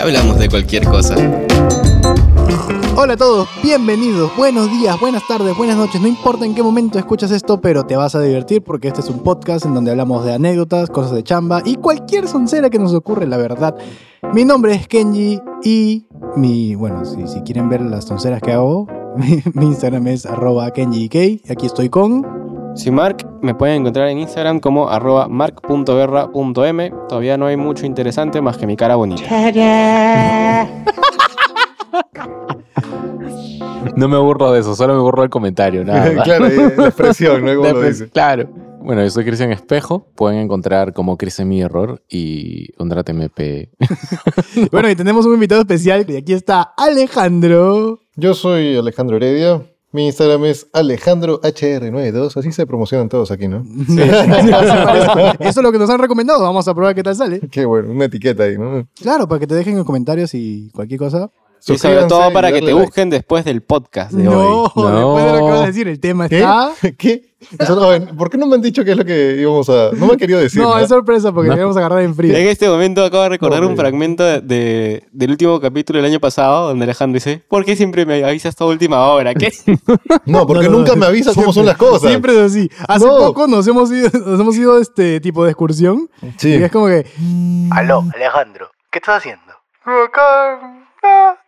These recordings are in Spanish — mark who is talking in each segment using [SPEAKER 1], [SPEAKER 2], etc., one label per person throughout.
[SPEAKER 1] hablamos de cualquier cosa.
[SPEAKER 2] Hola a todos, bienvenidos, buenos días, buenas tardes, buenas noches, no importa en qué momento escuchas esto, pero te vas a divertir porque este es un podcast en donde hablamos de anécdotas, cosas de chamba y cualquier soncera que nos ocurre, la verdad. Mi nombre es Kenji y mi, bueno, si, si quieren ver las sonceras que hago, mi, mi Instagram es arroba kenjik, y aquí estoy con...
[SPEAKER 3] Si Mark, me pueden encontrar en Instagram como arroba mark.guerra.m. Todavía no hay mucho interesante más que mi cara bonita.
[SPEAKER 4] No me burlo de eso, solo me burlo del comentario, nada más.
[SPEAKER 5] claro, ahí, la expresión, ¿no? Como lo
[SPEAKER 4] Después,
[SPEAKER 5] dice.
[SPEAKER 4] Claro. Bueno, yo soy Cristian Espejo. Pueden encontrar como Cristian Mi Error y Ondratmp.
[SPEAKER 2] Bueno, y tenemos un invitado especial y aquí está Alejandro.
[SPEAKER 5] Yo soy Alejandro Heredia. Mi Instagram es alejandrohr92. Así se promocionan todos aquí, ¿no?
[SPEAKER 2] Eso es lo que nos han recomendado, vamos a probar qué tal sale.
[SPEAKER 5] Qué bueno, una etiqueta ahí, ¿no?
[SPEAKER 2] Claro, para que te dejen en comentarios y cualquier cosa.
[SPEAKER 3] Y sobre
[SPEAKER 5] Suscríbanse
[SPEAKER 3] todo
[SPEAKER 5] y
[SPEAKER 3] para que
[SPEAKER 5] darle
[SPEAKER 3] te
[SPEAKER 5] like.
[SPEAKER 3] busquen después del podcast de
[SPEAKER 2] No,
[SPEAKER 3] hoy.
[SPEAKER 2] después de lo que vas a
[SPEAKER 4] No.
[SPEAKER 2] decir, el tema
[SPEAKER 5] ¿Qué?
[SPEAKER 2] está.
[SPEAKER 5] ¿Qué? Eso no- a ver, ¿Por qué no me han dicho qué es lo que íbamos a.? No me han querido decir.
[SPEAKER 2] no,
[SPEAKER 5] ¿no?
[SPEAKER 2] es sorpresa porque
[SPEAKER 4] No.
[SPEAKER 2] queríamos agarrar en frío.
[SPEAKER 3] En este momento acabo de recordar un
[SPEAKER 5] Horrible.
[SPEAKER 3] fragmento de, del último capítulo del año pasado donde Alejandro dice, ¿por qué siempre me avisas toda última hora? ¿Qué?
[SPEAKER 5] No, porque
[SPEAKER 2] No, no,
[SPEAKER 5] nunca
[SPEAKER 2] no.
[SPEAKER 5] me avisas cómo son
[SPEAKER 2] Siempre-
[SPEAKER 5] las cosas.
[SPEAKER 2] Siempre es así. Hace
[SPEAKER 5] No.
[SPEAKER 2] poco nos hemos ido, nos hemos ido este tipo de excursión.
[SPEAKER 5] Sí.
[SPEAKER 2] Y es como que.
[SPEAKER 6] Aló, Alejandro, ¿qué estás haciendo?
[SPEAKER 2] Mm. Acá.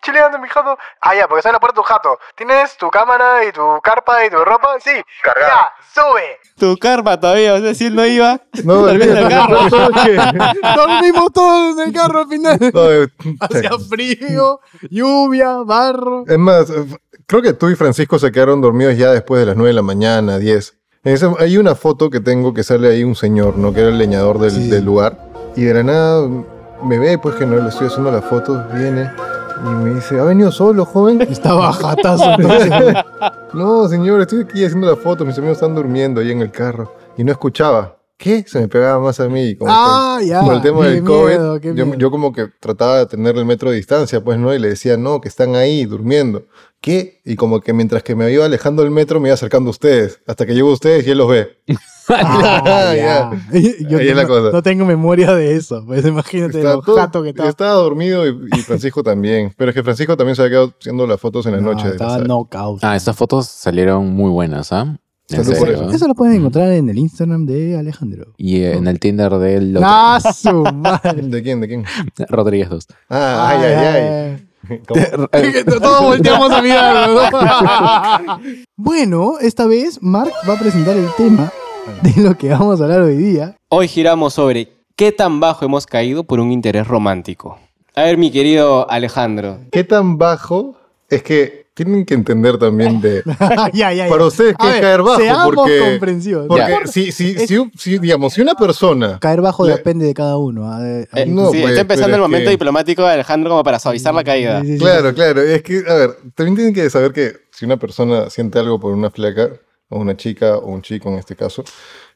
[SPEAKER 2] chileando mi jato. Ah, ya, porque sale la puerta tu jato. ¿Tienes tu cámara y tu carpa y tu ropa? Sí. Cargada. Ya, sube.
[SPEAKER 3] Tu karma todavía, o sea, si él no iba,
[SPEAKER 5] No,
[SPEAKER 3] tal vez
[SPEAKER 5] olvídate,
[SPEAKER 3] el carro.
[SPEAKER 5] no, no, que-
[SPEAKER 2] Dormimos todos en el carro al final.
[SPEAKER 5] no, eh,
[SPEAKER 2] Hacía frío, lluvia, barro.
[SPEAKER 5] Es más, eh, creo que tú y Francisco se quedaron dormidos ya después de las 9 de la mañana, 10. En ese- hay una foto que tengo que sale ahí un señor, ¿no? Que era el leñador del,
[SPEAKER 2] Sí, sí.
[SPEAKER 5] del lugar. Y de la nada me ve, pues que no le estoy haciendo las fotos, viene y me dice, ¿ha venido solo, joven?
[SPEAKER 2] Estaba jatazo.
[SPEAKER 5] No, señor, estoy aquí haciendo las fotos, mis amigos están durmiendo ahí en el carro. Y no escuchaba. ¿Qué? Se me pegaba más a mí. Como
[SPEAKER 2] ah,
[SPEAKER 5] que-
[SPEAKER 2] ya.
[SPEAKER 5] por el tema
[SPEAKER 2] Qué
[SPEAKER 5] del
[SPEAKER 2] miedo,
[SPEAKER 5] COVID,
[SPEAKER 2] qué
[SPEAKER 5] yo,
[SPEAKER 2] miedo.
[SPEAKER 5] yo como que trataba de tener el metro de distancia, pues, ¿no? Y le decía, no, que están ahí durmiendo. ¿Qué? Y como que mientras que me iba alejando el metro, me iba acercando a ustedes. Hasta que llego a ustedes y él los ve.
[SPEAKER 2] Ah, ya. Yo
[SPEAKER 5] Ahí es la
[SPEAKER 2] no,
[SPEAKER 5] cosa.
[SPEAKER 2] no tengo memoria de eso. Pues imagínate
[SPEAKER 5] Estaba
[SPEAKER 2] lo
[SPEAKER 5] todo-
[SPEAKER 2] jato que estaba.
[SPEAKER 5] estaba dormido y, y Francisco también. Pero es que Francisco también se había quedado haciendo las fotos en la
[SPEAKER 2] No,
[SPEAKER 5] noche. de la
[SPEAKER 2] estaba
[SPEAKER 5] sala.
[SPEAKER 2] knockout.
[SPEAKER 4] Ah, estas fotos salieron muy buenas, ¿ah? En
[SPEAKER 5] Salud por
[SPEAKER 4] serio,
[SPEAKER 5] eso.
[SPEAKER 4] ¿eh?
[SPEAKER 2] Eso lo pueden encontrar en el Instagram de Alejandro.
[SPEAKER 4] Y eh, en el Tinder del otro,
[SPEAKER 2] ¡Ah, su madre!
[SPEAKER 5] ¿De quién? ¿De quién?
[SPEAKER 4] Rodríguez 2.
[SPEAKER 5] Ah, ay, ay, ay. Como-
[SPEAKER 2] ay. Que Todos volteamos a mirarlo. ¿no? bueno, esta vez Mark va a presentar el tema de lo que vamos a hablar hoy día.
[SPEAKER 3] Hoy giramos sobre qué tan bajo hemos caído por un interés romántico. A ver, mi querido Alejandro,
[SPEAKER 5] ¿Qué tan bajo? Es que tienen que entender también de...
[SPEAKER 2] ya, ya, ya.
[SPEAKER 5] Para ustedes, ¿qué
[SPEAKER 2] A
[SPEAKER 5] es
[SPEAKER 2] ver,
[SPEAKER 5] caer bajo?
[SPEAKER 2] Seamos
[SPEAKER 5] Porque-
[SPEAKER 2] comprensivos.
[SPEAKER 5] Porque si, si, si, si, digamos, si una persona...
[SPEAKER 2] Caer bajo
[SPEAKER 5] Le-
[SPEAKER 2] depende de cada uno. ¿ah? A ver,
[SPEAKER 3] Eh,
[SPEAKER 5] No,
[SPEAKER 3] sí,
[SPEAKER 5] pues,
[SPEAKER 3] está empezando
[SPEAKER 5] pero
[SPEAKER 3] el
[SPEAKER 5] es
[SPEAKER 3] momento
[SPEAKER 5] que-
[SPEAKER 3] diplomático de Alejandro como para suavizar la caída.
[SPEAKER 2] Sí, sí, sí.
[SPEAKER 5] Claro, claro. Es que, a ver, también tienen que saber que si una persona siente algo por una flaca, o una chica, o un chico en este caso,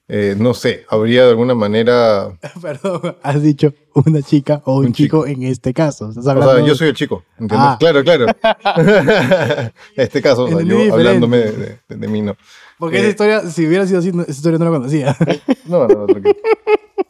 [SPEAKER 5] eh, no sé, habría de alguna manera...
[SPEAKER 2] Perdón, has dicho una chica o un,
[SPEAKER 5] Un
[SPEAKER 2] chico, en este caso. Estás
[SPEAKER 5] O
[SPEAKER 2] hablando
[SPEAKER 5] sea, yo soy el chico, ¿entiendes?
[SPEAKER 2] Ah.
[SPEAKER 5] Claro, claro. en este caso, o sea,
[SPEAKER 2] Entendí
[SPEAKER 5] yo
[SPEAKER 2] diferente.
[SPEAKER 5] hablándome de, de- de mí, no.
[SPEAKER 2] Porque
[SPEAKER 5] Eh,
[SPEAKER 2] esa historia, si hubiera sido así, no- esa historia no la conocía.
[SPEAKER 5] No, no, tranquilo.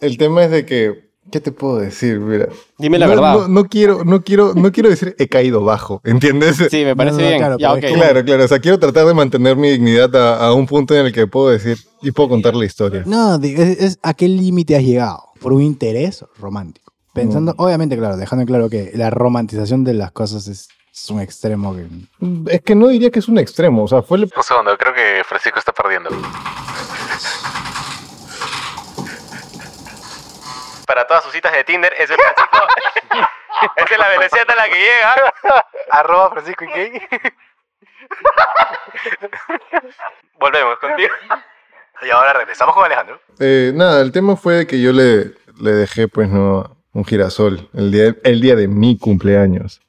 [SPEAKER 5] El tema es de que... ¿Qué te puedo decir? Mira,
[SPEAKER 3] Dime la
[SPEAKER 5] no,
[SPEAKER 3] verdad.
[SPEAKER 5] No, no quiero, no quiero, no quiero decir he caído bajo, ¿entiendes?
[SPEAKER 3] Sí, me parece
[SPEAKER 2] No, no,
[SPEAKER 3] bien.
[SPEAKER 2] claro,
[SPEAKER 3] Ya,
[SPEAKER 2] pero es
[SPEAKER 3] ok.
[SPEAKER 5] Claro, claro. O sea, quiero tratar de mantener mi dignidad a, a un punto en el que puedo decir y puedo contar la historia.
[SPEAKER 2] No, di- es, es a qué límite has llegado por un interés romántico. Pensando,
[SPEAKER 3] Mm.
[SPEAKER 2] obviamente, claro, dejando en claro que la romantización de las cosas es, es un extremo que...
[SPEAKER 5] Es que no diría que es un extremo. O sea, fue el-
[SPEAKER 7] Un segundo, creo que Francisco está perdiendo. Para todas sus citas de Tinder, es el Francisco. Esa es la velocidad a la que llega. Arroba Francisco King. Volvemos contigo. Y ahora regresamos con Alejandro.
[SPEAKER 5] eh, nada, el tema fue de que yo le, le dejé, pues, no, un girasol el día, el día de mi cumpleaños.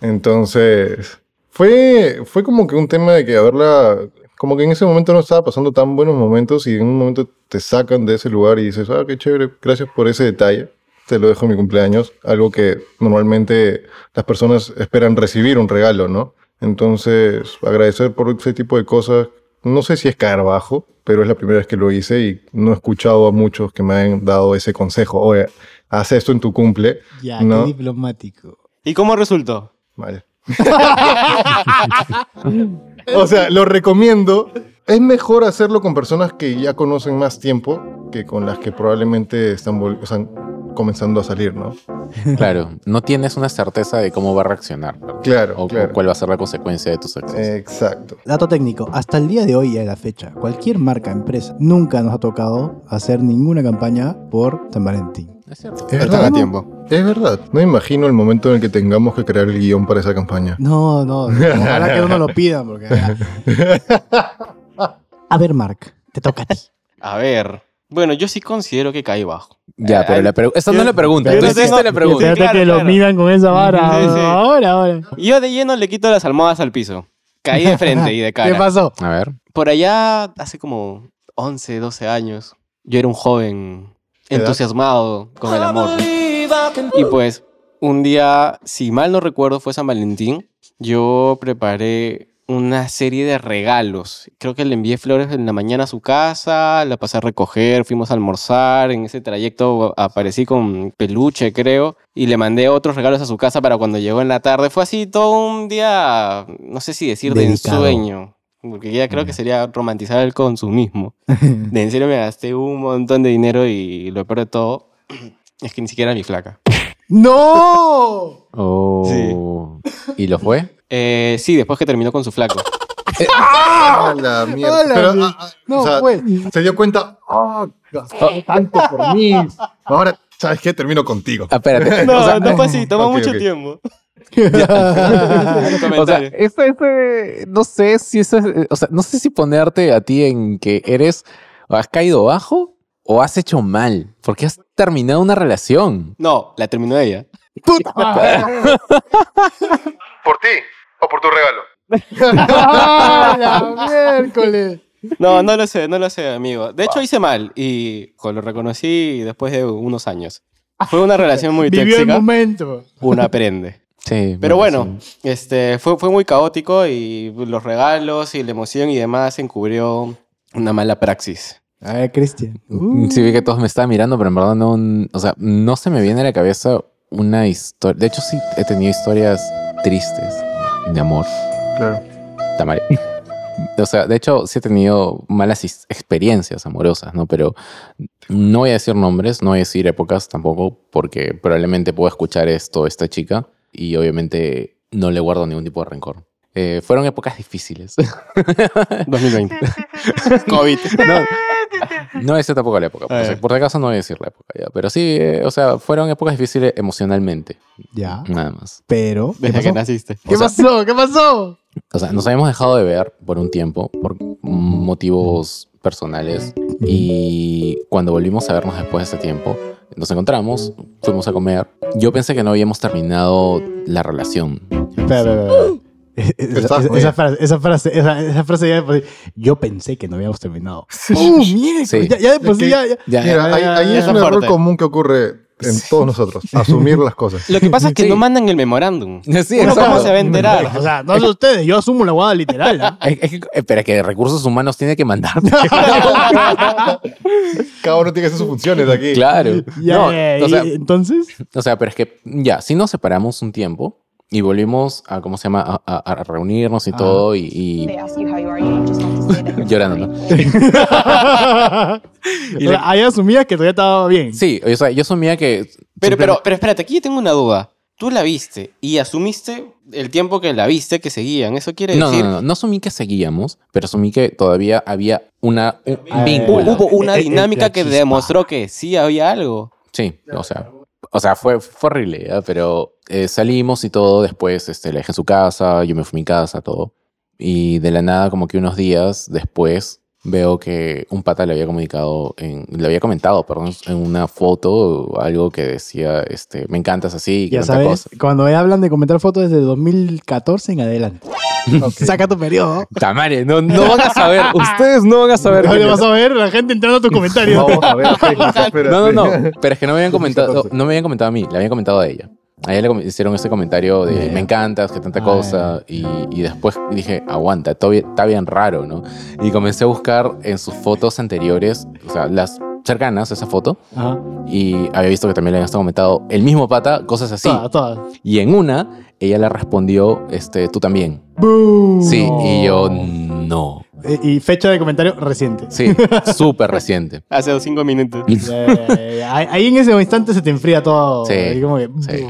[SPEAKER 5] Entonces, fue, fue como que un tema de que haberla. Como que en ese momento no estaba pasando tan buenos momentos y en un momento te sacan de ese lugar y dices, ah, qué chévere, gracias por ese detalle. Te lo dejo en mi cumpleaños. Algo que normalmente las personas esperan recibir un regalo, ¿no? Entonces, agradecer por ese tipo de cosas. No sé si es caer bajo, pero es la primera vez que lo hice y no he escuchado a muchos que me han dado ese consejo. Oye, haz esto en tu cumple.
[SPEAKER 2] Ya,
[SPEAKER 5] No.
[SPEAKER 2] qué diplomático.
[SPEAKER 3] ¿Y cómo resultó?
[SPEAKER 5] Vale. o sea, lo recomiendo. Es mejor hacerlo con personas que ya conocen más tiempo que con las que probablemente están, vol- están comenzando a salir, ¿no?
[SPEAKER 4] Claro, no tienes una certeza de cómo va a reaccionar ¿no?
[SPEAKER 5] Claro,
[SPEAKER 4] o, o
[SPEAKER 5] claro.
[SPEAKER 4] cuál va a ser la consecuencia de tus acciones.
[SPEAKER 5] Exacto.
[SPEAKER 2] Dato técnico, hasta el día de hoy y a la fecha, cualquier marca, empresa, nunca nos ha tocado hacer ninguna campaña por San Valentín.
[SPEAKER 4] Es cierto.
[SPEAKER 5] Es
[SPEAKER 3] Están a
[SPEAKER 5] verdad.
[SPEAKER 3] tiempo.
[SPEAKER 5] Es verdad. No imagino el momento en el que tengamos que crear el guión para esa campaña.
[SPEAKER 2] No, no, ojalá que no nos lo pidan porque... ah. A ver, Mark, te toca a ti.
[SPEAKER 3] A ver. Bueno, yo sí considero que caí bajo.
[SPEAKER 4] Ya, pero
[SPEAKER 3] Ay,
[SPEAKER 4] la pregunta. Esa
[SPEAKER 3] yo-
[SPEAKER 4] no es la pregunta.
[SPEAKER 3] yo
[SPEAKER 4] Tú
[SPEAKER 3] no
[SPEAKER 4] hiciste
[SPEAKER 3] tengo-
[SPEAKER 4] la pregunta.
[SPEAKER 3] Espérate claro, que lo claro.
[SPEAKER 2] midan con esa
[SPEAKER 3] vara. Sí, sí.
[SPEAKER 2] Ahora, ahora.
[SPEAKER 3] Y Yo de lleno le quito las almohadas al piso. Caí de frente y de
[SPEAKER 2] ¿Qué
[SPEAKER 3] cara.
[SPEAKER 2] pasó?
[SPEAKER 4] A ver.
[SPEAKER 3] Por allá, hace como 11, 12 años, yo era un joven
[SPEAKER 5] ¿Edad?
[SPEAKER 3] entusiasmado con el amor. Y pues, un día, si mal no recuerdo, fue San Valentín, yo preparé una serie de regalos. Creo que le envié flores en la mañana a su casa, la pasé a recoger, fuimos a almorzar, en ese trayecto aparecí con peluche, creo, y le mandé otros regalos a su casa para cuando llegó en la tarde. Fue así todo un día, no sé si decir
[SPEAKER 2] Dedicado.
[SPEAKER 3] de ensueño, porque ya creo que sería romantizar el consumismo. De en serio me gasté un montón de dinero y lo peor de todo es que ni siquiera era mi flaca.
[SPEAKER 2] ¡No!
[SPEAKER 4] Oh. ¿Y lo fue?
[SPEAKER 3] Eh, sí, después que terminó con su flaco.
[SPEAKER 5] ¡Ah, la mierda!
[SPEAKER 2] ¡Hala,
[SPEAKER 5] Pero,
[SPEAKER 2] güey!
[SPEAKER 5] ah, ah,
[SPEAKER 2] No,
[SPEAKER 5] o sea,
[SPEAKER 2] pues.
[SPEAKER 5] se dio cuenta, ¡ah, gastó tanto por mí! Ahora, ¿sabes qué? Termino contigo.
[SPEAKER 4] Ah, espérate.
[SPEAKER 3] No,
[SPEAKER 4] o sea,
[SPEAKER 3] no fue así, tomó
[SPEAKER 5] ok,
[SPEAKER 3] mucho
[SPEAKER 5] ok.
[SPEAKER 3] tiempo.
[SPEAKER 4] O sea,
[SPEAKER 3] Comentario.
[SPEAKER 4] esto- este- no sé si eso es- o sea, no sé si ponerte a ti en que eres o has caído bajo o has hecho mal, porque has terminado una relación.
[SPEAKER 3] no, la terminó ella.
[SPEAKER 2] ¡Puta madre!
[SPEAKER 5] ¿Por ti o por tu regalo?
[SPEAKER 2] ¡Ah, la miércoles!
[SPEAKER 3] No, no lo sé, no lo sé, amigo. De hecho, hice mal y jo, lo reconocí después de unos años. Fue una relación muy
[SPEAKER 2] Vivió el
[SPEAKER 3] tóxica.
[SPEAKER 2] momento.
[SPEAKER 3] Uno aprende.
[SPEAKER 4] Sí.
[SPEAKER 3] Pero bueno, este, fue, fue muy caótico y los regalos y la emoción y demás encubrió una mala praxis.
[SPEAKER 2] A ver, Cristian.
[SPEAKER 4] Mm, Sí, vi que todos me estaban mirando, pero en verdad no, o sea, no se me viene a la cabeza una historia. De hecho, sí he tenido historias tristes de amor.
[SPEAKER 5] Claro.
[SPEAKER 4] Tamari. O sea, de hecho, sí he tenido malas his- experiencias amorosas, ¿no? Pero no voy a decir nombres, no voy a decir épocas tampoco, porque probablemente pueda escuchar esto esta chica y obviamente no le guardo ningún tipo de rencor. Eh, fueron épocas difíciles.
[SPEAKER 3] 2020. COVID.
[SPEAKER 4] No es tampoco la época.
[SPEAKER 3] Ah,
[SPEAKER 4] Por, si-
[SPEAKER 3] ya.
[SPEAKER 4] por si acaso no voy a decir la época ya. Pero sí, eh, o sea, fueron épocas difíciles emocionalmente.
[SPEAKER 2] Ya.
[SPEAKER 4] Nada más.
[SPEAKER 2] Pero. ¿Qué
[SPEAKER 3] Desde
[SPEAKER 2] pasó?
[SPEAKER 3] que naciste.
[SPEAKER 2] ¿Qué
[SPEAKER 4] O sea-
[SPEAKER 2] pasó? ¿Qué pasó?
[SPEAKER 4] O sea, nos habíamos dejado de ver por un tiempo, por motivos personales. Y cuando volvimos a vernos después de ese tiempo, nos encontramos, fuimos a comer. Yo pensé que no habíamos terminado la relación.
[SPEAKER 2] Espera, espera, espera. Es- es-
[SPEAKER 5] Está
[SPEAKER 2] esa,
[SPEAKER 5] jodido.
[SPEAKER 2] esa frase, esa frase, esa, esa frase ya de por sí- Yo pensé que no habíamos terminado. ¡Uh, miércoles!
[SPEAKER 4] Sí.
[SPEAKER 2] Ya, ya de por sí,
[SPEAKER 5] Es que-
[SPEAKER 2] ya, ya.
[SPEAKER 4] Ya,
[SPEAKER 5] Mira, ahí, ahí es
[SPEAKER 3] Eso
[SPEAKER 5] un error
[SPEAKER 3] fuerte.
[SPEAKER 5] común que ocurre en todos nosotros, asumir las cosas.
[SPEAKER 3] Lo que pasa es que
[SPEAKER 4] Sí.
[SPEAKER 3] no mandan el memorándum.
[SPEAKER 4] Sí,
[SPEAKER 3] Uno
[SPEAKER 4] exacto.
[SPEAKER 3] cómo se va a enterar.
[SPEAKER 2] O sea, no sé ustedes, yo asumo la guada literal. ¿ah?
[SPEAKER 4] Es- es que- eh, pero que recursos humanos tiene que mandarte.
[SPEAKER 5] Cada uno tiene que hacer sus funciones aquí.
[SPEAKER 4] claro.
[SPEAKER 2] Ya,
[SPEAKER 4] No,
[SPEAKER 2] ya,
[SPEAKER 4] o sea,
[SPEAKER 2] y- entonces.
[SPEAKER 4] O sea, pero es que ya, sí nos separamos un tiempo y volvimos a, ¿cómo se llama? A, a- a reunirnos y
[SPEAKER 2] Ah.
[SPEAKER 4] todo y... y- Llorando,
[SPEAKER 1] Llorando,
[SPEAKER 4] ¿no?
[SPEAKER 2] O sea, Ahí asumías que todavía estaba bien.
[SPEAKER 4] Sí, o sea, yo asumía que...
[SPEAKER 3] Pero, pero, pero espérate, aquí yo tengo una duda. Tú la viste y asumiste el tiempo que la viste que seguían. Eso quiere
[SPEAKER 4] No,
[SPEAKER 3] decir.
[SPEAKER 4] no, no, no, no asumí que seguíamos, pero asumí que todavía había una, un
[SPEAKER 2] Ah,
[SPEAKER 4] vínculo.
[SPEAKER 3] Hubo una
[SPEAKER 2] Eh, eh,
[SPEAKER 3] dinámica
[SPEAKER 2] la
[SPEAKER 3] que
[SPEAKER 2] chispa.
[SPEAKER 3] demostró que sí había algo.
[SPEAKER 4] Sí, o sea, o sea fue, fue horrible, ¿ya? pero eh, salimos y todo, después este, la dejé en su casa, yo me fui a mi casa, todo. Y de la nada, como que unos días después, veo que un pata le había comunicado, en, le había comentado, perdón, en una foto algo que decía, este, me encantas así, que
[SPEAKER 2] Ya
[SPEAKER 4] tanta
[SPEAKER 2] sabes,
[SPEAKER 4] cosa.
[SPEAKER 2] cuando hablan de comentar fotos desde 2014 en adelante. Saca tu periodo.
[SPEAKER 4] Tamare, no, no van a saber, ustedes no van a saber.
[SPEAKER 2] Ahora
[SPEAKER 4] que-
[SPEAKER 2] vas a ver la gente entrando a tus comentarios.
[SPEAKER 5] Vamos a ver. espérate.
[SPEAKER 4] No, no, no. Pero es que no me habían comentado,
[SPEAKER 5] 14.
[SPEAKER 4] no me habían comentado a mí, le habían comentado a ella. A ella le com- hicieron ese comentario de
[SPEAKER 2] Ya.
[SPEAKER 4] me encantas, que tanta
[SPEAKER 2] Ah,
[SPEAKER 4] cosa. Y, y después dije, aguanta, todo bien- está bien raro, ¿no? Y comencé a buscar en sus fotos anteriores, o sea, las cercanas esa foto
[SPEAKER 2] Ajá.
[SPEAKER 4] y había visto que también le habían estado comentado el mismo pata, cosas así.
[SPEAKER 2] Todas, todas.
[SPEAKER 4] Y en una, ella le respondió, este, tú también. Sí, y yo, no.
[SPEAKER 2] Eh, Y, y fecha de comentario reciente.
[SPEAKER 4] Sí, súper reciente.
[SPEAKER 3] Hace dos cinco minutos.
[SPEAKER 2] Ya, ya, ya. Ahí ahí en ese instante se te enfría todo.
[SPEAKER 4] Sí,
[SPEAKER 2] Ahí como que-
[SPEAKER 4] Sí.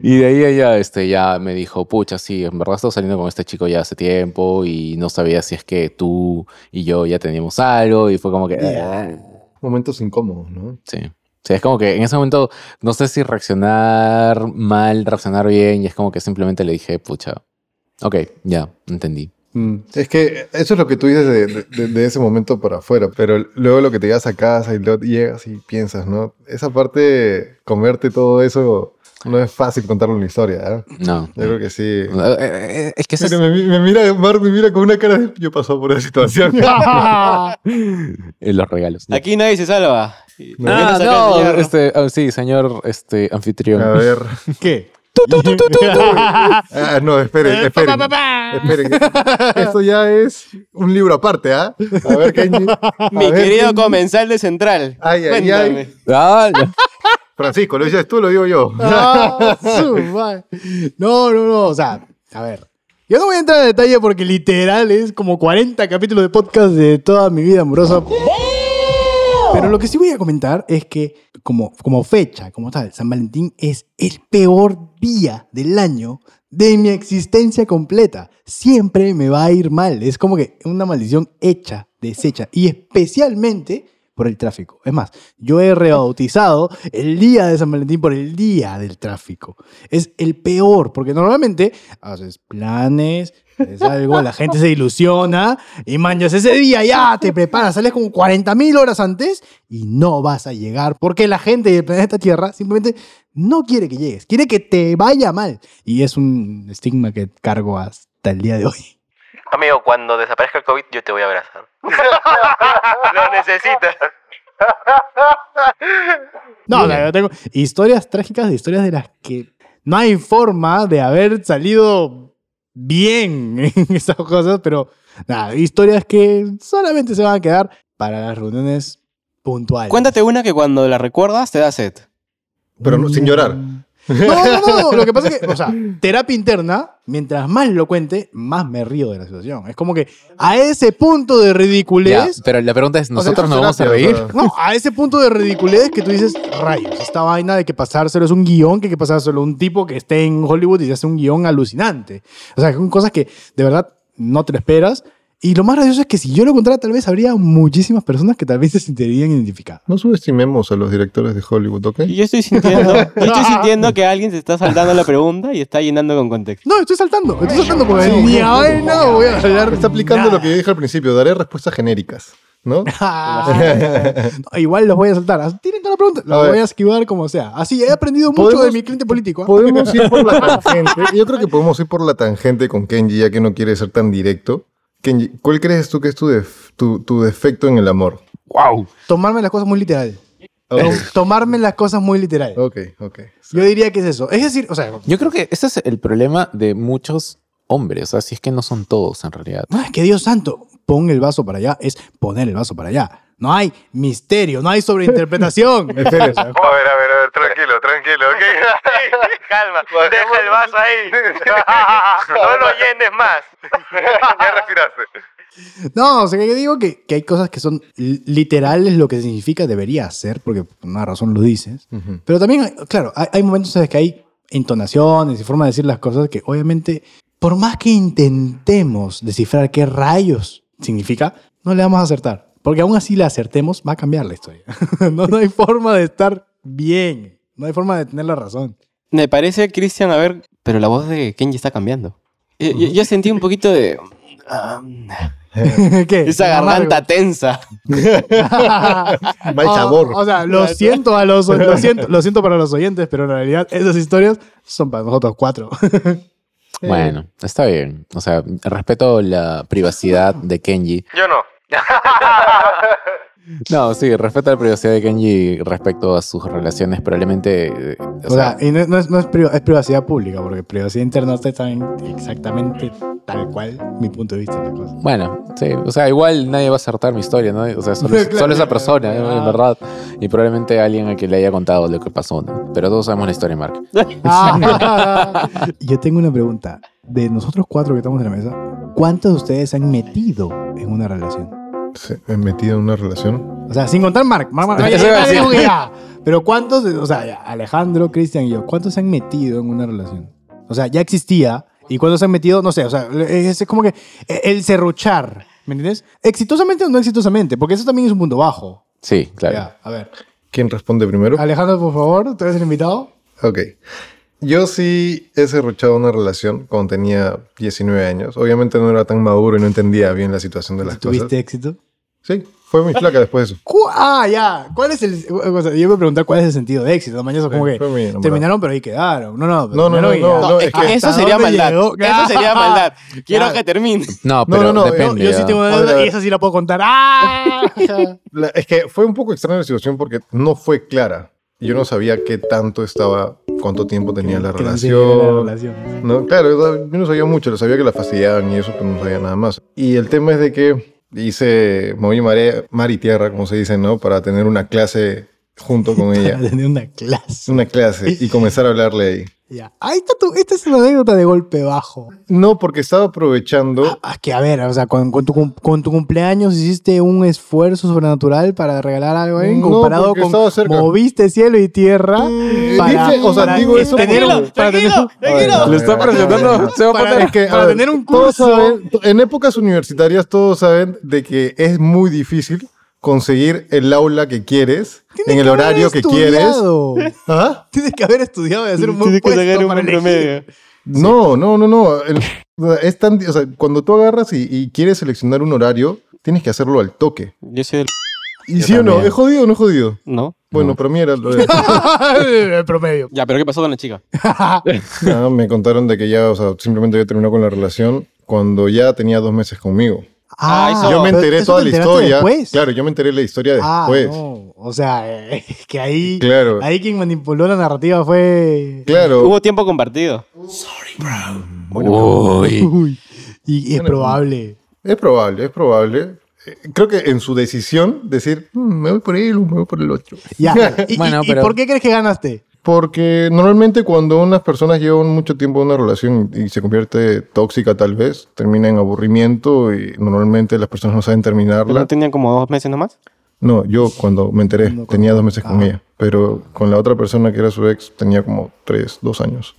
[SPEAKER 4] Y de ahí ella este, ya me dijo, pucha, sí, en verdad estoy saliendo con este chico ya hace tiempo y no sabía si es que tú y yo ya teníamos algo y fue como que... "Ah,
[SPEAKER 5] Momentos incómodos, ¿no?
[SPEAKER 4] Sí. Sí, es como que en ese momento no sé si reaccionar mal, reaccionar bien, y es como que simplemente le dije, pucha, ok, ya, entendí.
[SPEAKER 5] Mm. Es que eso es lo que tú dices de, de- de ese momento para afuera, pero luego lo que te llevas a casa y luego llegas y piensas, ¿no? Esa parte, comerte todo eso, no es fácil contarlo en la historia, ¿eh?
[SPEAKER 4] No.
[SPEAKER 5] Yo creo que sí.
[SPEAKER 4] Eh, eh, eh, Es que eso es-
[SPEAKER 5] Mira, me, mi- me mira, Mark me mira con una cara de yo pasó por esa situación.
[SPEAKER 4] eh, los regalos.
[SPEAKER 3] Aquí nadie se salva. Y-
[SPEAKER 4] No,
[SPEAKER 3] viene a
[SPEAKER 4] no,
[SPEAKER 3] sacar el hierro.
[SPEAKER 4] este, ah, sí, señor este, anfitrión.
[SPEAKER 5] A ver.
[SPEAKER 4] Eh.
[SPEAKER 2] ¿Qué?
[SPEAKER 5] Ah, no, esperen, esperen. Esperen. Esto ya es un libro aparte, ¿ah? A ver, Kenji. A
[SPEAKER 3] Mi
[SPEAKER 5] ver,
[SPEAKER 3] querido
[SPEAKER 5] Kenji.
[SPEAKER 3] comensal de Central.
[SPEAKER 5] Ay, ay,
[SPEAKER 3] cuéntame.
[SPEAKER 5] ay.
[SPEAKER 4] Ah, ya.
[SPEAKER 5] Francisco, lo dices tú, lo digo yo.
[SPEAKER 2] Ah, su madre. no, no, no. O sea, a ver. Yo no voy a entrar en detalle porque literal es como 40 capítulos de podcast de toda mi vida amorosa. Pero lo que sí voy a comentar es que como, como fecha, como tal, San Valentín es el peor día del año de mi existencia completa. Siempre me va a ir mal. Es como que una maldición hecha, deshecha. Y especialmente por el tráfico. Es más, yo he rebautizado el día de San Valentín por el día del tráfico. Es el peor, porque normalmente haces planes, es algo, la gente se ilusiona y manchas ese día, ya te preparas, sales como 40 mil horas antes y no vas a llegar porque la gente del planeta Tierra simplemente no quiere que llegues, quiere que te vaya mal. Y es un estigma que cargo hasta el día de hoy.
[SPEAKER 7] Amigo, cuando desaparezca el COVID, yo te voy a abrazar. Lo necesitas.
[SPEAKER 2] No, o sea, yo tengo historias trágicas de historias de las que no hay forma de haber salido bien en esas cosas, pero nada, historias que solamente se van a quedar para las reuniones puntuales.
[SPEAKER 3] Cuéntate una que cuando la recuerdas te da sed.
[SPEAKER 5] Pero no- sin llorar.
[SPEAKER 2] Mm. No, no, no, no, Lo que pasa es que, o sea, terapia interna, mientras más lo cuente, más me río de la situación. Es como que a ese punto de
[SPEAKER 4] Ya,
[SPEAKER 2] ridiculez.
[SPEAKER 4] pero la pregunta es,
[SPEAKER 5] O sea,
[SPEAKER 4] ¿nosotros
[SPEAKER 5] eso
[SPEAKER 4] nos
[SPEAKER 5] es
[SPEAKER 4] vamos a
[SPEAKER 5] terapia,
[SPEAKER 4] reír?
[SPEAKER 5] o sea.
[SPEAKER 2] No, a ese punto de ridiculez que tú dices, rayos, esta vaina de que pasárselo es un guión, que hay que pasárselo a un tipo que esté en Hollywood y se hace un guión alucinante. O sea, son cosas que de verdad no te lo esperas. Y lo más gracioso es que si yo lo contara, tal vez habría muchísimas personas que tal vez se sentirían identificadas.
[SPEAKER 5] No subestimemos a los directores de Hollywood, ¿ok?
[SPEAKER 3] Y yo estoy sintiendo, yo estoy sintiendo que alguien se está saltando la pregunta y está llenando con contexto.
[SPEAKER 2] No, estoy saltando, estoy saltando porque
[SPEAKER 5] Sí, no,
[SPEAKER 2] ni a
[SPEAKER 5] no,
[SPEAKER 2] vaina voy a hablar.
[SPEAKER 5] Está aplicando
[SPEAKER 2] nada.
[SPEAKER 5] lo que yo dije al principio, daré respuestas genéricas, ¿no?
[SPEAKER 2] Ah, no, igual los voy a saltar. Ah, Tienen toda la pregunta.
[SPEAKER 5] A
[SPEAKER 2] Los
[SPEAKER 5] ver.
[SPEAKER 2] voy a esquivar como sea. Así, he aprendido mucho
[SPEAKER 5] ¿Podemos-
[SPEAKER 2] de mi cliente político. ¿ah?
[SPEAKER 5] Podemos ir por la tangente. Yo creo que podemos ir por la tangente con Kenji, ya que no quiere ser tan directo. Kenji, ¿cuál crees tú que es tu, def- tu, tu defecto en el amor?
[SPEAKER 4] ¡Wow!
[SPEAKER 2] Tomarme las cosas muy literal.
[SPEAKER 5] Ok,
[SPEAKER 2] Tomarme las cosas muy literal.
[SPEAKER 5] ok. ok.
[SPEAKER 2] Yo diría que es eso. Es decir, o sea,
[SPEAKER 4] Yo creo que ese es el problema de muchos hombres, así es que no son todos en realidad.
[SPEAKER 2] no es que Dios santo, pon el vaso para allá, es poner el vaso para allá. No hay misterio, no hay sobreinterpretación.
[SPEAKER 5] Espera,
[SPEAKER 7] A ver, a ver, a ver, tranquilo, tranquilo, ¿ok? Calma, deja el vaso ahí. no lo llenes más. ya respiraste.
[SPEAKER 2] No, o sea, que digo que, que hay cosas que son li- literales, lo que significa debería ser, porque por una razón lo dices.
[SPEAKER 5] Ujú.
[SPEAKER 2] Pero también, claro, hay, hay momentos en los que hay entonaciones y formas de decir las cosas que obviamente, por más que intentemos descifrar qué rayos significa, no le vamos a acertar. Porque aún así la acertemos, va a cambiar la historia. no, no hay forma de estar bien. No hay forma de tener la razón.
[SPEAKER 3] Me parece, Cristian, a ver, pero la voz de Kenji está cambiando. Yo, yo- yo sentí un poquito de... ah,
[SPEAKER 2] ¿Qué?
[SPEAKER 3] esa garganta tensa.
[SPEAKER 5] Mal sabor.
[SPEAKER 2] Ah, O, o sea, lo siento, a los, lo, siento, lo siento para los oyentes, pero en realidad esas historias son para nosotros cuatro.
[SPEAKER 4] Bueno, está bien. O sea, respeto la privacidad de Kenji.
[SPEAKER 7] Yo no.
[SPEAKER 4] No, sí, respeta la privacidad de Kenji respecto a sus relaciones, probablemente. eh,
[SPEAKER 2] O sea, y no, no es, no es priva- es privacidad pública, porque privacidad interna ustedes saben exactamente tal cual mi punto de vista de la cosa.
[SPEAKER 4] Bueno, sí, o sea, igual nadie va a acertar mi historia, ¿no? O sea, solo,
[SPEAKER 2] Claro.
[SPEAKER 4] solo esa persona, ¿no?
[SPEAKER 2] Ah.
[SPEAKER 4] en verdad. Y probablemente alguien a quien le haya contado lo que pasó, ¿no? Pero todos sabemos la historia, Mark.
[SPEAKER 2] Ah. Yo tengo una pregunta. De nosotros cuatro que estamos en la mesa, ¿cuántos de ustedes se han metido en una relación?
[SPEAKER 5] Se- Me he metido en una relación.
[SPEAKER 2] O sea, sin contar Mark. Mark, Mark,
[SPEAKER 4] Eso
[SPEAKER 2] ya,
[SPEAKER 4] iba
[SPEAKER 2] ya,
[SPEAKER 4] a decir.
[SPEAKER 2] ya, ya. Pero ¿cuántos, o sea, ya, Alejandro, Cristian y yo, ¿cuántos se han metido en una relación? O sea, ya existía. ¿Y cuántos se han metido? No sé, o sea, es como que e, el cerruchar, ¿me entiendes? Exitosamente o no exitosamente, porque eso también es un punto bajo.
[SPEAKER 4] Sí, claro.
[SPEAKER 2] Ya, a ver.
[SPEAKER 5] ¿Quién responde primero?
[SPEAKER 2] Alejandro, por favor, tú eres el invitado.
[SPEAKER 5] Ok. Yo sí he cerruchado una relación cuando tenía 19 años. Obviamente no era tan maduro y no entendía bien la situación de las cosas.
[SPEAKER 2] ¿Tuviste éxito?
[SPEAKER 5] Sí, fue muy flaca después de eso.
[SPEAKER 2] Cu- Ah, ya. ¿Cuál es el. o sea, yo me preguntar cuál es el sentido de éxito. Mañana es como
[SPEAKER 5] Sí,
[SPEAKER 2] que.
[SPEAKER 5] fue mi enamorada.
[SPEAKER 2] Terminaron, pero ahí quedaron. No, no,
[SPEAKER 5] No, no,
[SPEAKER 2] terminaron
[SPEAKER 5] no,
[SPEAKER 2] y
[SPEAKER 5] no,
[SPEAKER 2] ya.
[SPEAKER 5] no,
[SPEAKER 3] es que
[SPEAKER 2] ¿Hasta
[SPEAKER 3] Ah, eso sería
[SPEAKER 2] dónde
[SPEAKER 3] maldad.
[SPEAKER 2] llegó? Ah,
[SPEAKER 3] Eso sería maldad. Quiero
[SPEAKER 2] Claro.
[SPEAKER 3] que termine.
[SPEAKER 4] No,
[SPEAKER 5] No,
[SPEAKER 4] pero
[SPEAKER 5] no, no, yo-
[SPEAKER 4] depende.
[SPEAKER 2] Yo sí
[SPEAKER 4] ¿ah?
[SPEAKER 2] tengo una
[SPEAKER 5] Otra
[SPEAKER 2] deuda y
[SPEAKER 5] vez.
[SPEAKER 2] esa sí la puedo contar. ¡Ah!
[SPEAKER 5] La- es que fue un poco extraña la situación porque no fue clara. Yo no sabía qué tanto estaba, cuánto tiempo tenía la
[SPEAKER 2] Que no sé qué era la
[SPEAKER 5] relación.
[SPEAKER 2] relación.
[SPEAKER 5] No, claro, yo no sabía mucho, lo sabía que la fastidiaban y eso, pero no sabía nada más. Y el tema es de que hice, moví marea, mar y tierra, como se dice, ¿no? Para tener una clase junto con ella.
[SPEAKER 2] Para tener una clase.
[SPEAKER 5] Una clase y comenzar a hablarle ahí.
[SPEAKER 2] Ya. Ahí está tu. Esta es una anécdota de golpe bajo.
[SPEAKER 5] No, porque estaba aprovechando.
[SPEAKER 2] Ah, que a ver, o sea, con, con tu, cum- con tu cumpleaños hiciste un esfuerzo sobrenatural para regalar algo ahí,
[SPEAKER 5] No,
[SPEAKER 2] comparado
[SPEAKER 5] porque
[SPEAKER 2] con
[SPEAKER 5] estaba cerca.
[SPEAKER 2] moviste cielo y tierra
[SPEAKER 5] Mm,
[SPEAKER 2] Ah, para,
[SPEAKER 5] dije, o sea,
[SPEAKER 2] para
[SPEAKER 5] digo eso
[SPEAKER 2] tener
[SPEAKER 5] porque-
[SPEAKER 2] un- para tener un-
[SPEAKER 5] A ver,
[SPEAKER 4] Lo está
[SPEAKER 5] a ver,
[SPEAKER 4] presionando,
[SPEAKER 5] a ver.
[SPEAKER 4] se va a
[SPEAKER 2] Para-
[SPEAKER 4] poner-
[SPEAKER 5] Es que, a
[SPEAKER 2] para
[SPEAKER 5] ver,
[SPEAKER 2] tener un
[SPEAKER 5] todos
[SPEAKER 2] curso.
[SPEAKER 5] saben- en épocas universitarias todos saben de que es muy difícil conseguir el aula que quieres,
[SPEAKER 2] Tienes
[SPEAKER 5] en el
[SPEAKER 2] que haber
[SPEAKER 5] horario que quieres.
[SPEAKER 2] estudiado.
[SPEAKER 5] ¿Ah?
[SPEAKER 2] Tienes que haber estudiado y hacer un buen
[SPEAKER 3] Tienes que
[SPEAKER 2] puesto
[SPEAKER 3] sacar un
[SPEAKER 2] para
[SPEAKER 3] buen
[SPEAKER 2] elegir.
[SPEAKER 3] promedio.
[SPEAKER 5] No, no, no, no. El- o sea, es tan, o sea, cuando tú agarras y, y quieres seleccionar un horario, tienes que hacerlo al toque.
[SPEAKER 3] Yo soy del...
[SPEAKER 5] ¿Y
[SPEAKER 4] Yo
[SPEAKER 5] sí o no?
[SPEAKER 4] también.
[SPEAKER 5] ¿Es jodido o no es jodido?
[SPEAKER 3] ¿No?
[SPEAKER 5] Bueno,
[SPEAKER 4] No.
[SPEAKER 5] para mí era lo de-
[SPEAKER 2] el promedio.
[SPEAKER 3] Ya, pero ¿qué pasó con la chica?
[SPEAKER 5] Ah, me contaron de que ya, o sea, simplemente ya terminó con la relación cuando ya tenía dos meses conmigo.
[SPEAKER 3] Ah, eso-
[SPEAKER 5] yo me
[SPEAKER 2] pero
[SPEAKER 5] enteré
[SPEAKER 2] eso
[SPEAKER 5] toda
[SPEAKER 2] te
[SPEAKER 5] la
[SPEAKER 2] enteraste
[SPEAKER 5] historia.
[SPEAKER 2] después.
[SPEAKER 5] Claro, yo me enteré la historia
[SPEAKER 2] Ah,
[SPEAKER 5] después.
[SPEAKER 2] no. O sea, eh, que ahí,
[SPEAKER 5] Claro.
[SPEAKER 2] ahí quien manipuló la narrativa fue.
[SPEAKER 5] Claro.
[SPEAKER 3] Hubo tiempo compartido.
[SPEAKER 4] Uy.
[SPEAKER 2] Uy, y es probable.
[SPEAKER 4] pues.
[SPEAKER 5] Es probable, es probable. Eh, Creo que en su decisión decir, "Mm, me voy por él o me voy por el otro.
[SPEAKER 2] Ya. ¿Y, y-
[SPEAKER 4] Bueno,
[SPEAKER 2] y
[SPEAKER 4] pero-
[SPEAKER 2] por qué crees que ganaste?
[SPEAKER 5] Porque normalmente cuando unas personas llevan mucho tiempo en una relación y se convierte tóxica tal vez, termina en aburrimiento y normalmente las personas no saben
[SPEAKER 3] Pero ¿No
[SPEAKER 5] terminarla.
[SPEAKER 3] tenían como dos meses nomás?
[SPEAKER 5] No, yo cuando me enteré
[SPEAKER 2] No,
[SPEAKER 5] tenía dos meses con
[SPEAKER 2] ah.
[SPEAKER 5] ella, pero con la otra persona que era su ex tenía como tres, dos años.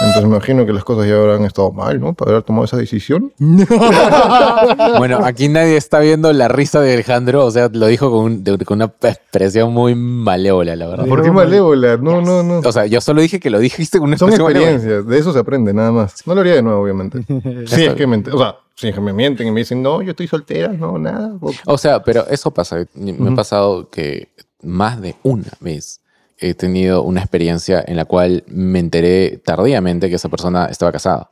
[SPEAKER 5] Entonces me imagino que las cosas ya habrán estado mal, ¿no? Para haber tomado esa decisión.
[SPEAKER 4] Bueno, aquí nadie está viendo la risa de Alejandro, o sea, lo dijo con, un- de- con una expresión muy malévola, la verdad.
[SPEAKER 5] ¿Por qué malévola? No, no, no.
[SPEAKER 4] O sea, yo solo dije que lo dijiste con una
[SPEAKER 5] Son
[SPEAKER 4] expresión malévola.
[SPEAKER 5] experiencias, de eso se aprende nada más. No lo haría de nuevo, obviamente. Si es que me, ent- o sea, si es que me mienten y me dicen, no, yo estoy soltera, no, nada. o-
[SPEAKER 4] O sea, pero eso pasa. Me ha pasado que más de una vez he tenido una experiencia en la cual me enteré tardíamente que esa persona estaba casada.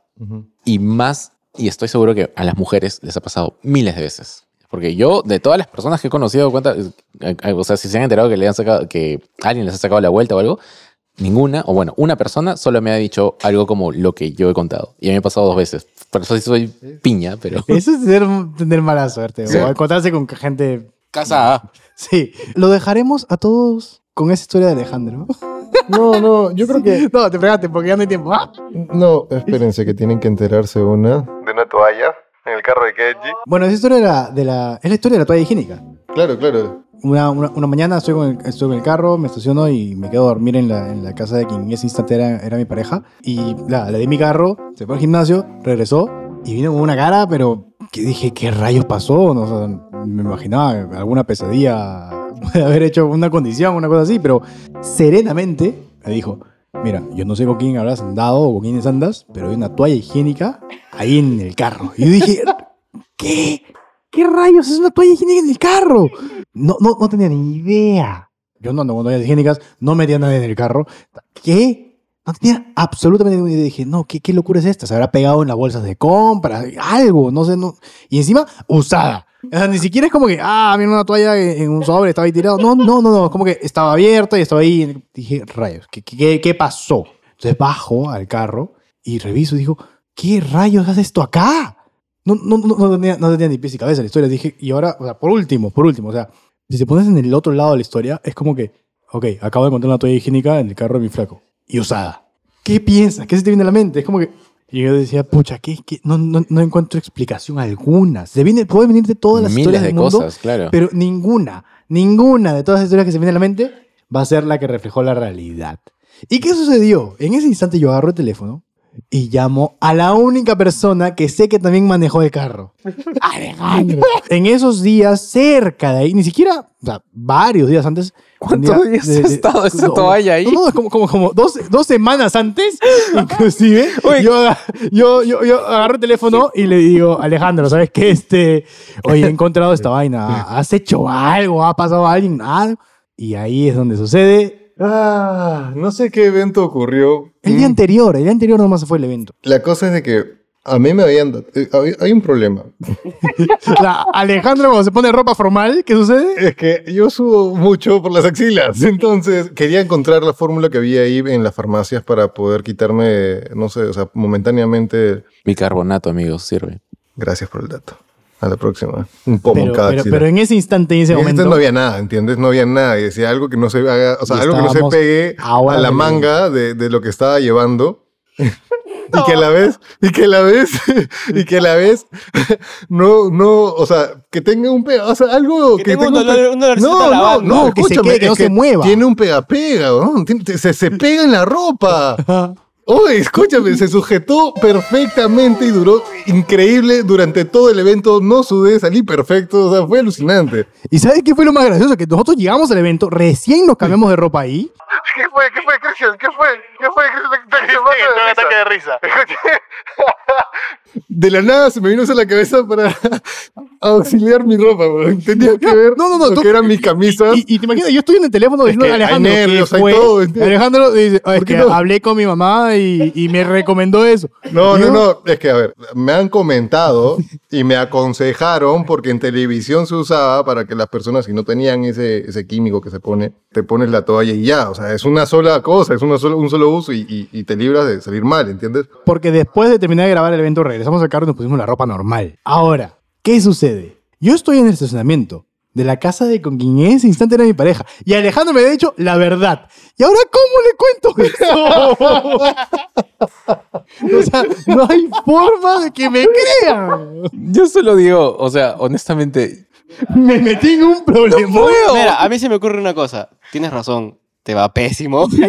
[SPEAKER 4] Y más, y estoy seguro que a las mujeres les ha pasado miles de veces. Porque yo, de todas las personas que he conocido, cuenta, eh, eh, o sea, si se han enterado que, le han sacado, que alguien les ha sacado la vuelta o algo, ninguna, o bueno, una persona solo me ha dicho algo como lo que yo he contado. Y a mí me ha pasado dos veces. Por eso sí soy piña, pero...
[SPEAKER 2] Eso es tener, tener mala suerte.
[SPEAKER 4] Sí.
[SPEAKER 2] O encontrarse con gente.
[SPEAKER 3] Casada.
[SPEAKER 2] Sí. Lo dejaremos a todos con esa historia de Alejandro.
[SPEAKER 5] No, no, yo creo que.
[SPEAKER 2] No, te fregaste porque ya no hay tiempo. Ah.
[SPEAKER 5] No, espérense, que tienen que enterarse una.
[SPEAKER 7] De una toalla en el carro de Kenji.
[SPEAKER 2] Bueno, esa historia de la, de la- es la historia de la toalla higiénica.
[SPEAKER 5] Claro, claro.
[SPEAKER 2] Una, una- una mañana estoy con, el, estoy con el carro, me estaciono y me quedo a dormir en la, en la casa de quien en ese instante era, era mi pareja. Y la, le di mi carro, se fue al gimnasio, regresó y vino con una cara, pero que dije, ¿qué rayos pasó? No, o sea, me imaginaba alguna pesadilla, puede haber hecho una condición, una cosa así, pero serenamente me dijo, mira, yo no sé con quién habrás andado o con quiénes andas, pero hay una toalla higiénica ahí en el carro. Y yo dije, ¿qué? ¿Qué rayos? Es una toalla higiénica en el carro. No, no, no tenía ni idea. Yo no ando con toallas higiénicas, no metía nada en el carro. ¿Qué? No tenía absolutamente ninguna idea. Dije, no, ¿qué, qué locura es esta? Se habrá pegado en las bolsas de compras, algo, no sé. No. Y encima, usada. O sea, ni siquiera es como que, ah, mira una toalla en en un sobre, estaba ahí tirado. No, no, no, no. Es como que estaba abierta y estaba ahí. Dije, rayos, ¿qué, qué, qué pasó? Entonces bajo al carro y reviso y digo, ¿qué rayos hace esto acá? No, no, no, no tenía, no tenía ni pies ni cabeza la historia. Dije, y ahora, o sea, por último, por último, o sea, si te pones en el otro lado de la historia, es como que, ok, acabo de encontrar una toalla higiénica en el carro de mi flaco y usada. ¿Qué piensas? ¿Qué se te viene a la mente? Es como que. Y yo decía, pucha, ¿qué, qué? No, no, no encuentro explicación alguna. Se viene, puede venir de todas las
[SPEAKER 4] Miles
[SPEAKER 2] historias
[SPEAKER 4] de
[SPEAKER 2] del mundo,
[SPEAKER 4] cosas, claro.
[SPEAKER 2] pero ninguna, ninguna de todas las historias que se vienen a la mente va a ser la que reflejó la realidad. ¿Y qué sucedió? En ese instante yo agarro el teléfono y llamo a la única persona que sé que también manejó el carro. Alejandro. En esos días, cerca de ahí, ni siquiera, o sea, varios días antes.
[SPEAKER 4] ¿Cuántos
[SPEAKER 2] un día
[SPEAKER 4] días
[SPEAKER 2] de-
[SPEAKER 4] ha
[SPEAKER 2] de-
[SPEAKER 4] estado esa
[SPEAKER 2] no,
[SPEAKER 4] toalla ahí?
[SPEAKER 2] No, no, como, como, como dos, dos semanas antes, inclusive. yo, aga- yo, yo, yo agarro el teléfono y le digo, Alejandro, ¿sabes qué? Este, oye, he encontrado esta vaina. ¿Has hecho algo? ¿Ha pasado alguien? Algo. Y ahí es donde sucede
[SPEAKER 5] Ah, no sé qué evento ocurrió.
[SPEAKER 2] el día anterior, el día anterior nomás fue el evento.
[SPEAKER 5] La cosa es de que a mí me habían dado... eh, hay- Hay un problema.
[SPEAKER 2] O sea, Alejandro cuando se pone ropa formal, ¿qué sucede?
[SPEAKER 5] Es que yo subo mucho por las axilas, entonces quería encontrar la fórmula que había ahí en las farmacias para poder quitarme, no sé, o sea, momentáneamente.
[SPEAKER 4] Bicarbonato, amigos, sirve.
[SPEAKER 5] Gracias por el dato. A la próxima. Un pomo en
[SPEAKER 2] Pero,
[SPEAKER 5] cada
[SPEAKER 2] pero,
[SPEAKER 5] axila.
[SPEAKER 2] pero en ese instante, en ese
[SPEAKER 5] En este
[SPEAKER 2] momento,
[SPEAKER 5] no había nada, ¿entiendes? No había nada. Y decía algo que no se haga, o sea,
[SPEAKER 2] Y
[SPEAKER 5] algo que no se
[SPEAKER 2] estábamos
[SPEAKER 5] pegue
[SPEAKER 2] a hora
[SPEAKER 5] a la
[SPEAKER 2] de-
[SPEAKER 5] manga de, de lo que estaba llevando. y que a la vez, y que a la vez, y que a la vez, no, no, o sea, que tenga un pega, o sea, algo que,
[SPEAKER 3] Que tenga un
[SPEAKER 5] pe-
[SPEAKER 3] dolor- un dolorcito a
[SPEAKER 5] no,
[SPEAKER 3] la
[SPEAKER 5] no,
[SPEAKER 3] banda.
[SPEAKER 5] no,
[SPEAKER 2] Que se
[SPEAKER 5] escúchame,
[SPEAKER 2] quede, que
[SPEAKER 5] es
[SPEAKER 2] no se mueva.
[SPEAKER 5] Tiene un pega pega, ¿no? Tiene- te- se, se pega en la ropa. Oye, escúchame, se sujetó perfectamente y duró increíble durante todo el evento. No sudé, salí perfecto, o sea, fue alucinante.
[SPEAKER 2] ¿y sabes qué fue lo más gracioso? Que nosotros llegamos al evento, recién nos cambiamos de ropa ahí.
[SPEAKER 7] ¿Qué fue? ¿Qué fue, Cristian? ¿Qué fue? ¿Qué fue, Cristian? Te- te- te- te- Un ataque de risa.
[SPEAKER 5] De la nada se me vino eso a la cabeza para auxiliar mi ropa, weón. Tenía que ver
[SPEAKER 2] No, no, no,
[SPEAKER 5] lo
[SPEAKER 2] tú-
[SPEAKER 5] que eran mis camisas.
[SPEAKER 2] Y, y te imaginas, yo estoy en el teléfono diciendo
[SPEAKER 5] que
[SPEAKER 2] a
[SPEAKER 5] hay
[SPEAKER 2] Alejandro. ¿qué
[SPEAKER 5] nervios, hay
[SPEAKER 2] fue?
[SPEAKER 5] todo, ¿entiendes?
[SPEAKER 2] Alejandro dice, "Ah, es
[SPEAKER 5] ¿Por qué
[SPEAKER 2] que
[SPEAKER 5] no?
[SPEAKER 2] hablé con mi mamá y, y me recomendó eso.
[SPEAKER 5] No,
[SPEAKER 2] Yo-
[SPEAKER 5] no, no. Es que, a ver, me han comentado y me aconsejaron porque en televisión se usaba para que las personas, si no tenían ese, ese químico que se pone, te pones la toalla y ya. O sea, es una sola cosa, es una sola- un solo uso y, y- y te libras de salir mal, ¿entiendes?
[SPEAKER 2] Porque después de terminar de grabar el evento, regresamos al carro y nos pusimos la ropa normal. Ahora, ¿qué sucede? Yo estoy en el estacionamiento de la casa de con quien en ese instante era mi pareja. Y Alejandro me había dicho la verdad. ¿Y ahora cómo le cuento eso? o sea, no hay forma de que me crean.
[SPEAKER 4] Yo se lo digo, o sea, honestamente,
[SPEAKER 2] Me metí en un problema.
[SPEAKER 3] Mira, a mí se me ocurre una cosa. Tienes razón, te va pésimo.
[SPEAKER 2] O sea,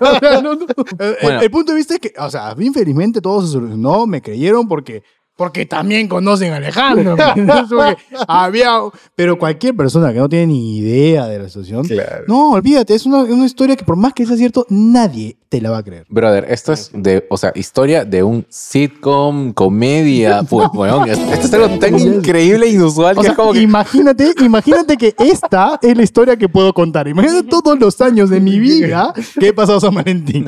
[SPEAKER 2] no, no. El-
[SPEAKER 4] Bueno.
[SPEAKER 2] El, punto de vista es que, o sea, a mí infelizmente todo se solucionó, me creyeron porque, porque también conocen a Alejandro. ¿me entiendes? Porque había, pero cualquier persona que no tiene ni idea de la situación,
[SPEAKER 5] Claro.
[SPEAKER 2] no, olvídate, es una, una historia que por más que sea cierto, nadie te la va a creer.
[SPEAKER 4] brother, esto es de, o sea, historia de un sitcom, comedia, pues, bueno, esto es algo tan increíble e inusual que
[SPEAKER 2] O sea,
[SPEAKER 4] es como que...
[SPEAKER 2] imagínate, imagínate que esta es la historia que puedo contar. Imagínate todos los años de mi vida que he pasado San Valentín.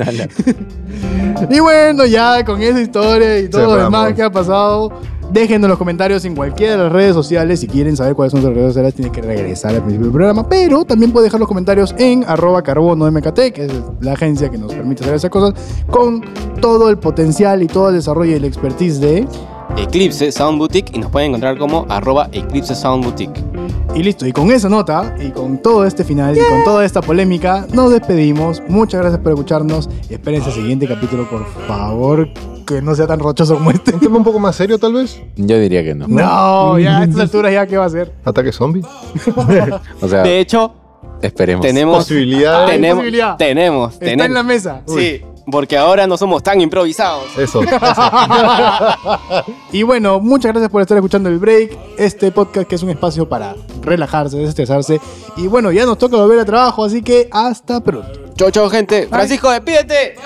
[SPEAKER 2] Y bueno, ya con esa historia y todo lo
[SPEAKER 5] Cerramos.
[SPEAKER 2] demás que ha pasado, déjenos los comentarios en cualquiera de las redes sociales. Si quieren saber cuáles son las redes sociales, tienen que regresar al principio del programa. Pero también pueden dejar los comentarios en arroba carbono MKT, que es la agencia que nos permite hacer esas cosas, con todo el potencial y todo el desarrollo y el expertise de...
[SPEAKER 3] Eclipse Sound Boutique y nos pueden encontrar como arroba Eclipse Sound Boutique.
[SPEAKER 2] Y listo, y con esa nota, y con todo este final, y con toda esta polémica, nos despedimos. Muchas gracias por escucharnos. Espérense el siguiente capítulo, por favor, que no sea tan rochoso como este.
[SPEAKER 5] Un tema un poco más serio, tal vez.
[SPEAKER 4] Yo diría que no.
[SPEAKER 2] No, ya a estas alturas ya qué va a ser.
[SPEAKER 5] Ataque zombie.
[SPEAKER 4] O sea,
[SPEAKER 3] De hecho,
[SPEAKER 4] esperemos.
[SPEAKER 3] tenemos... Ah,
[SPEAKER 5] Posibilidades.
[SPEAKER 2] Ay,
[SPEAKER 3] Tenemos,
[SPEAKER 2] posibilidad.
[SPEAKER 3] tenemos,
[SPEAKER 2] Está en la
[SPEAKER 3] tenemos.
[SPEAKER 2] mesa.
[SPEAKER 3] Sí, porque ahora no somos tan improvisados.
[SPEAKER 5] Eso.
[SPEAKER 2] Y bueno, muchas gracias por estar escuchando el break. Este podcast que es un espacio para relajarse, desestresarse. Y bueno, ya nos toca volver a trabajo, así que hasta pronto.
[SPEAKER 3] Chau, chau, gente. Francisco, despídete.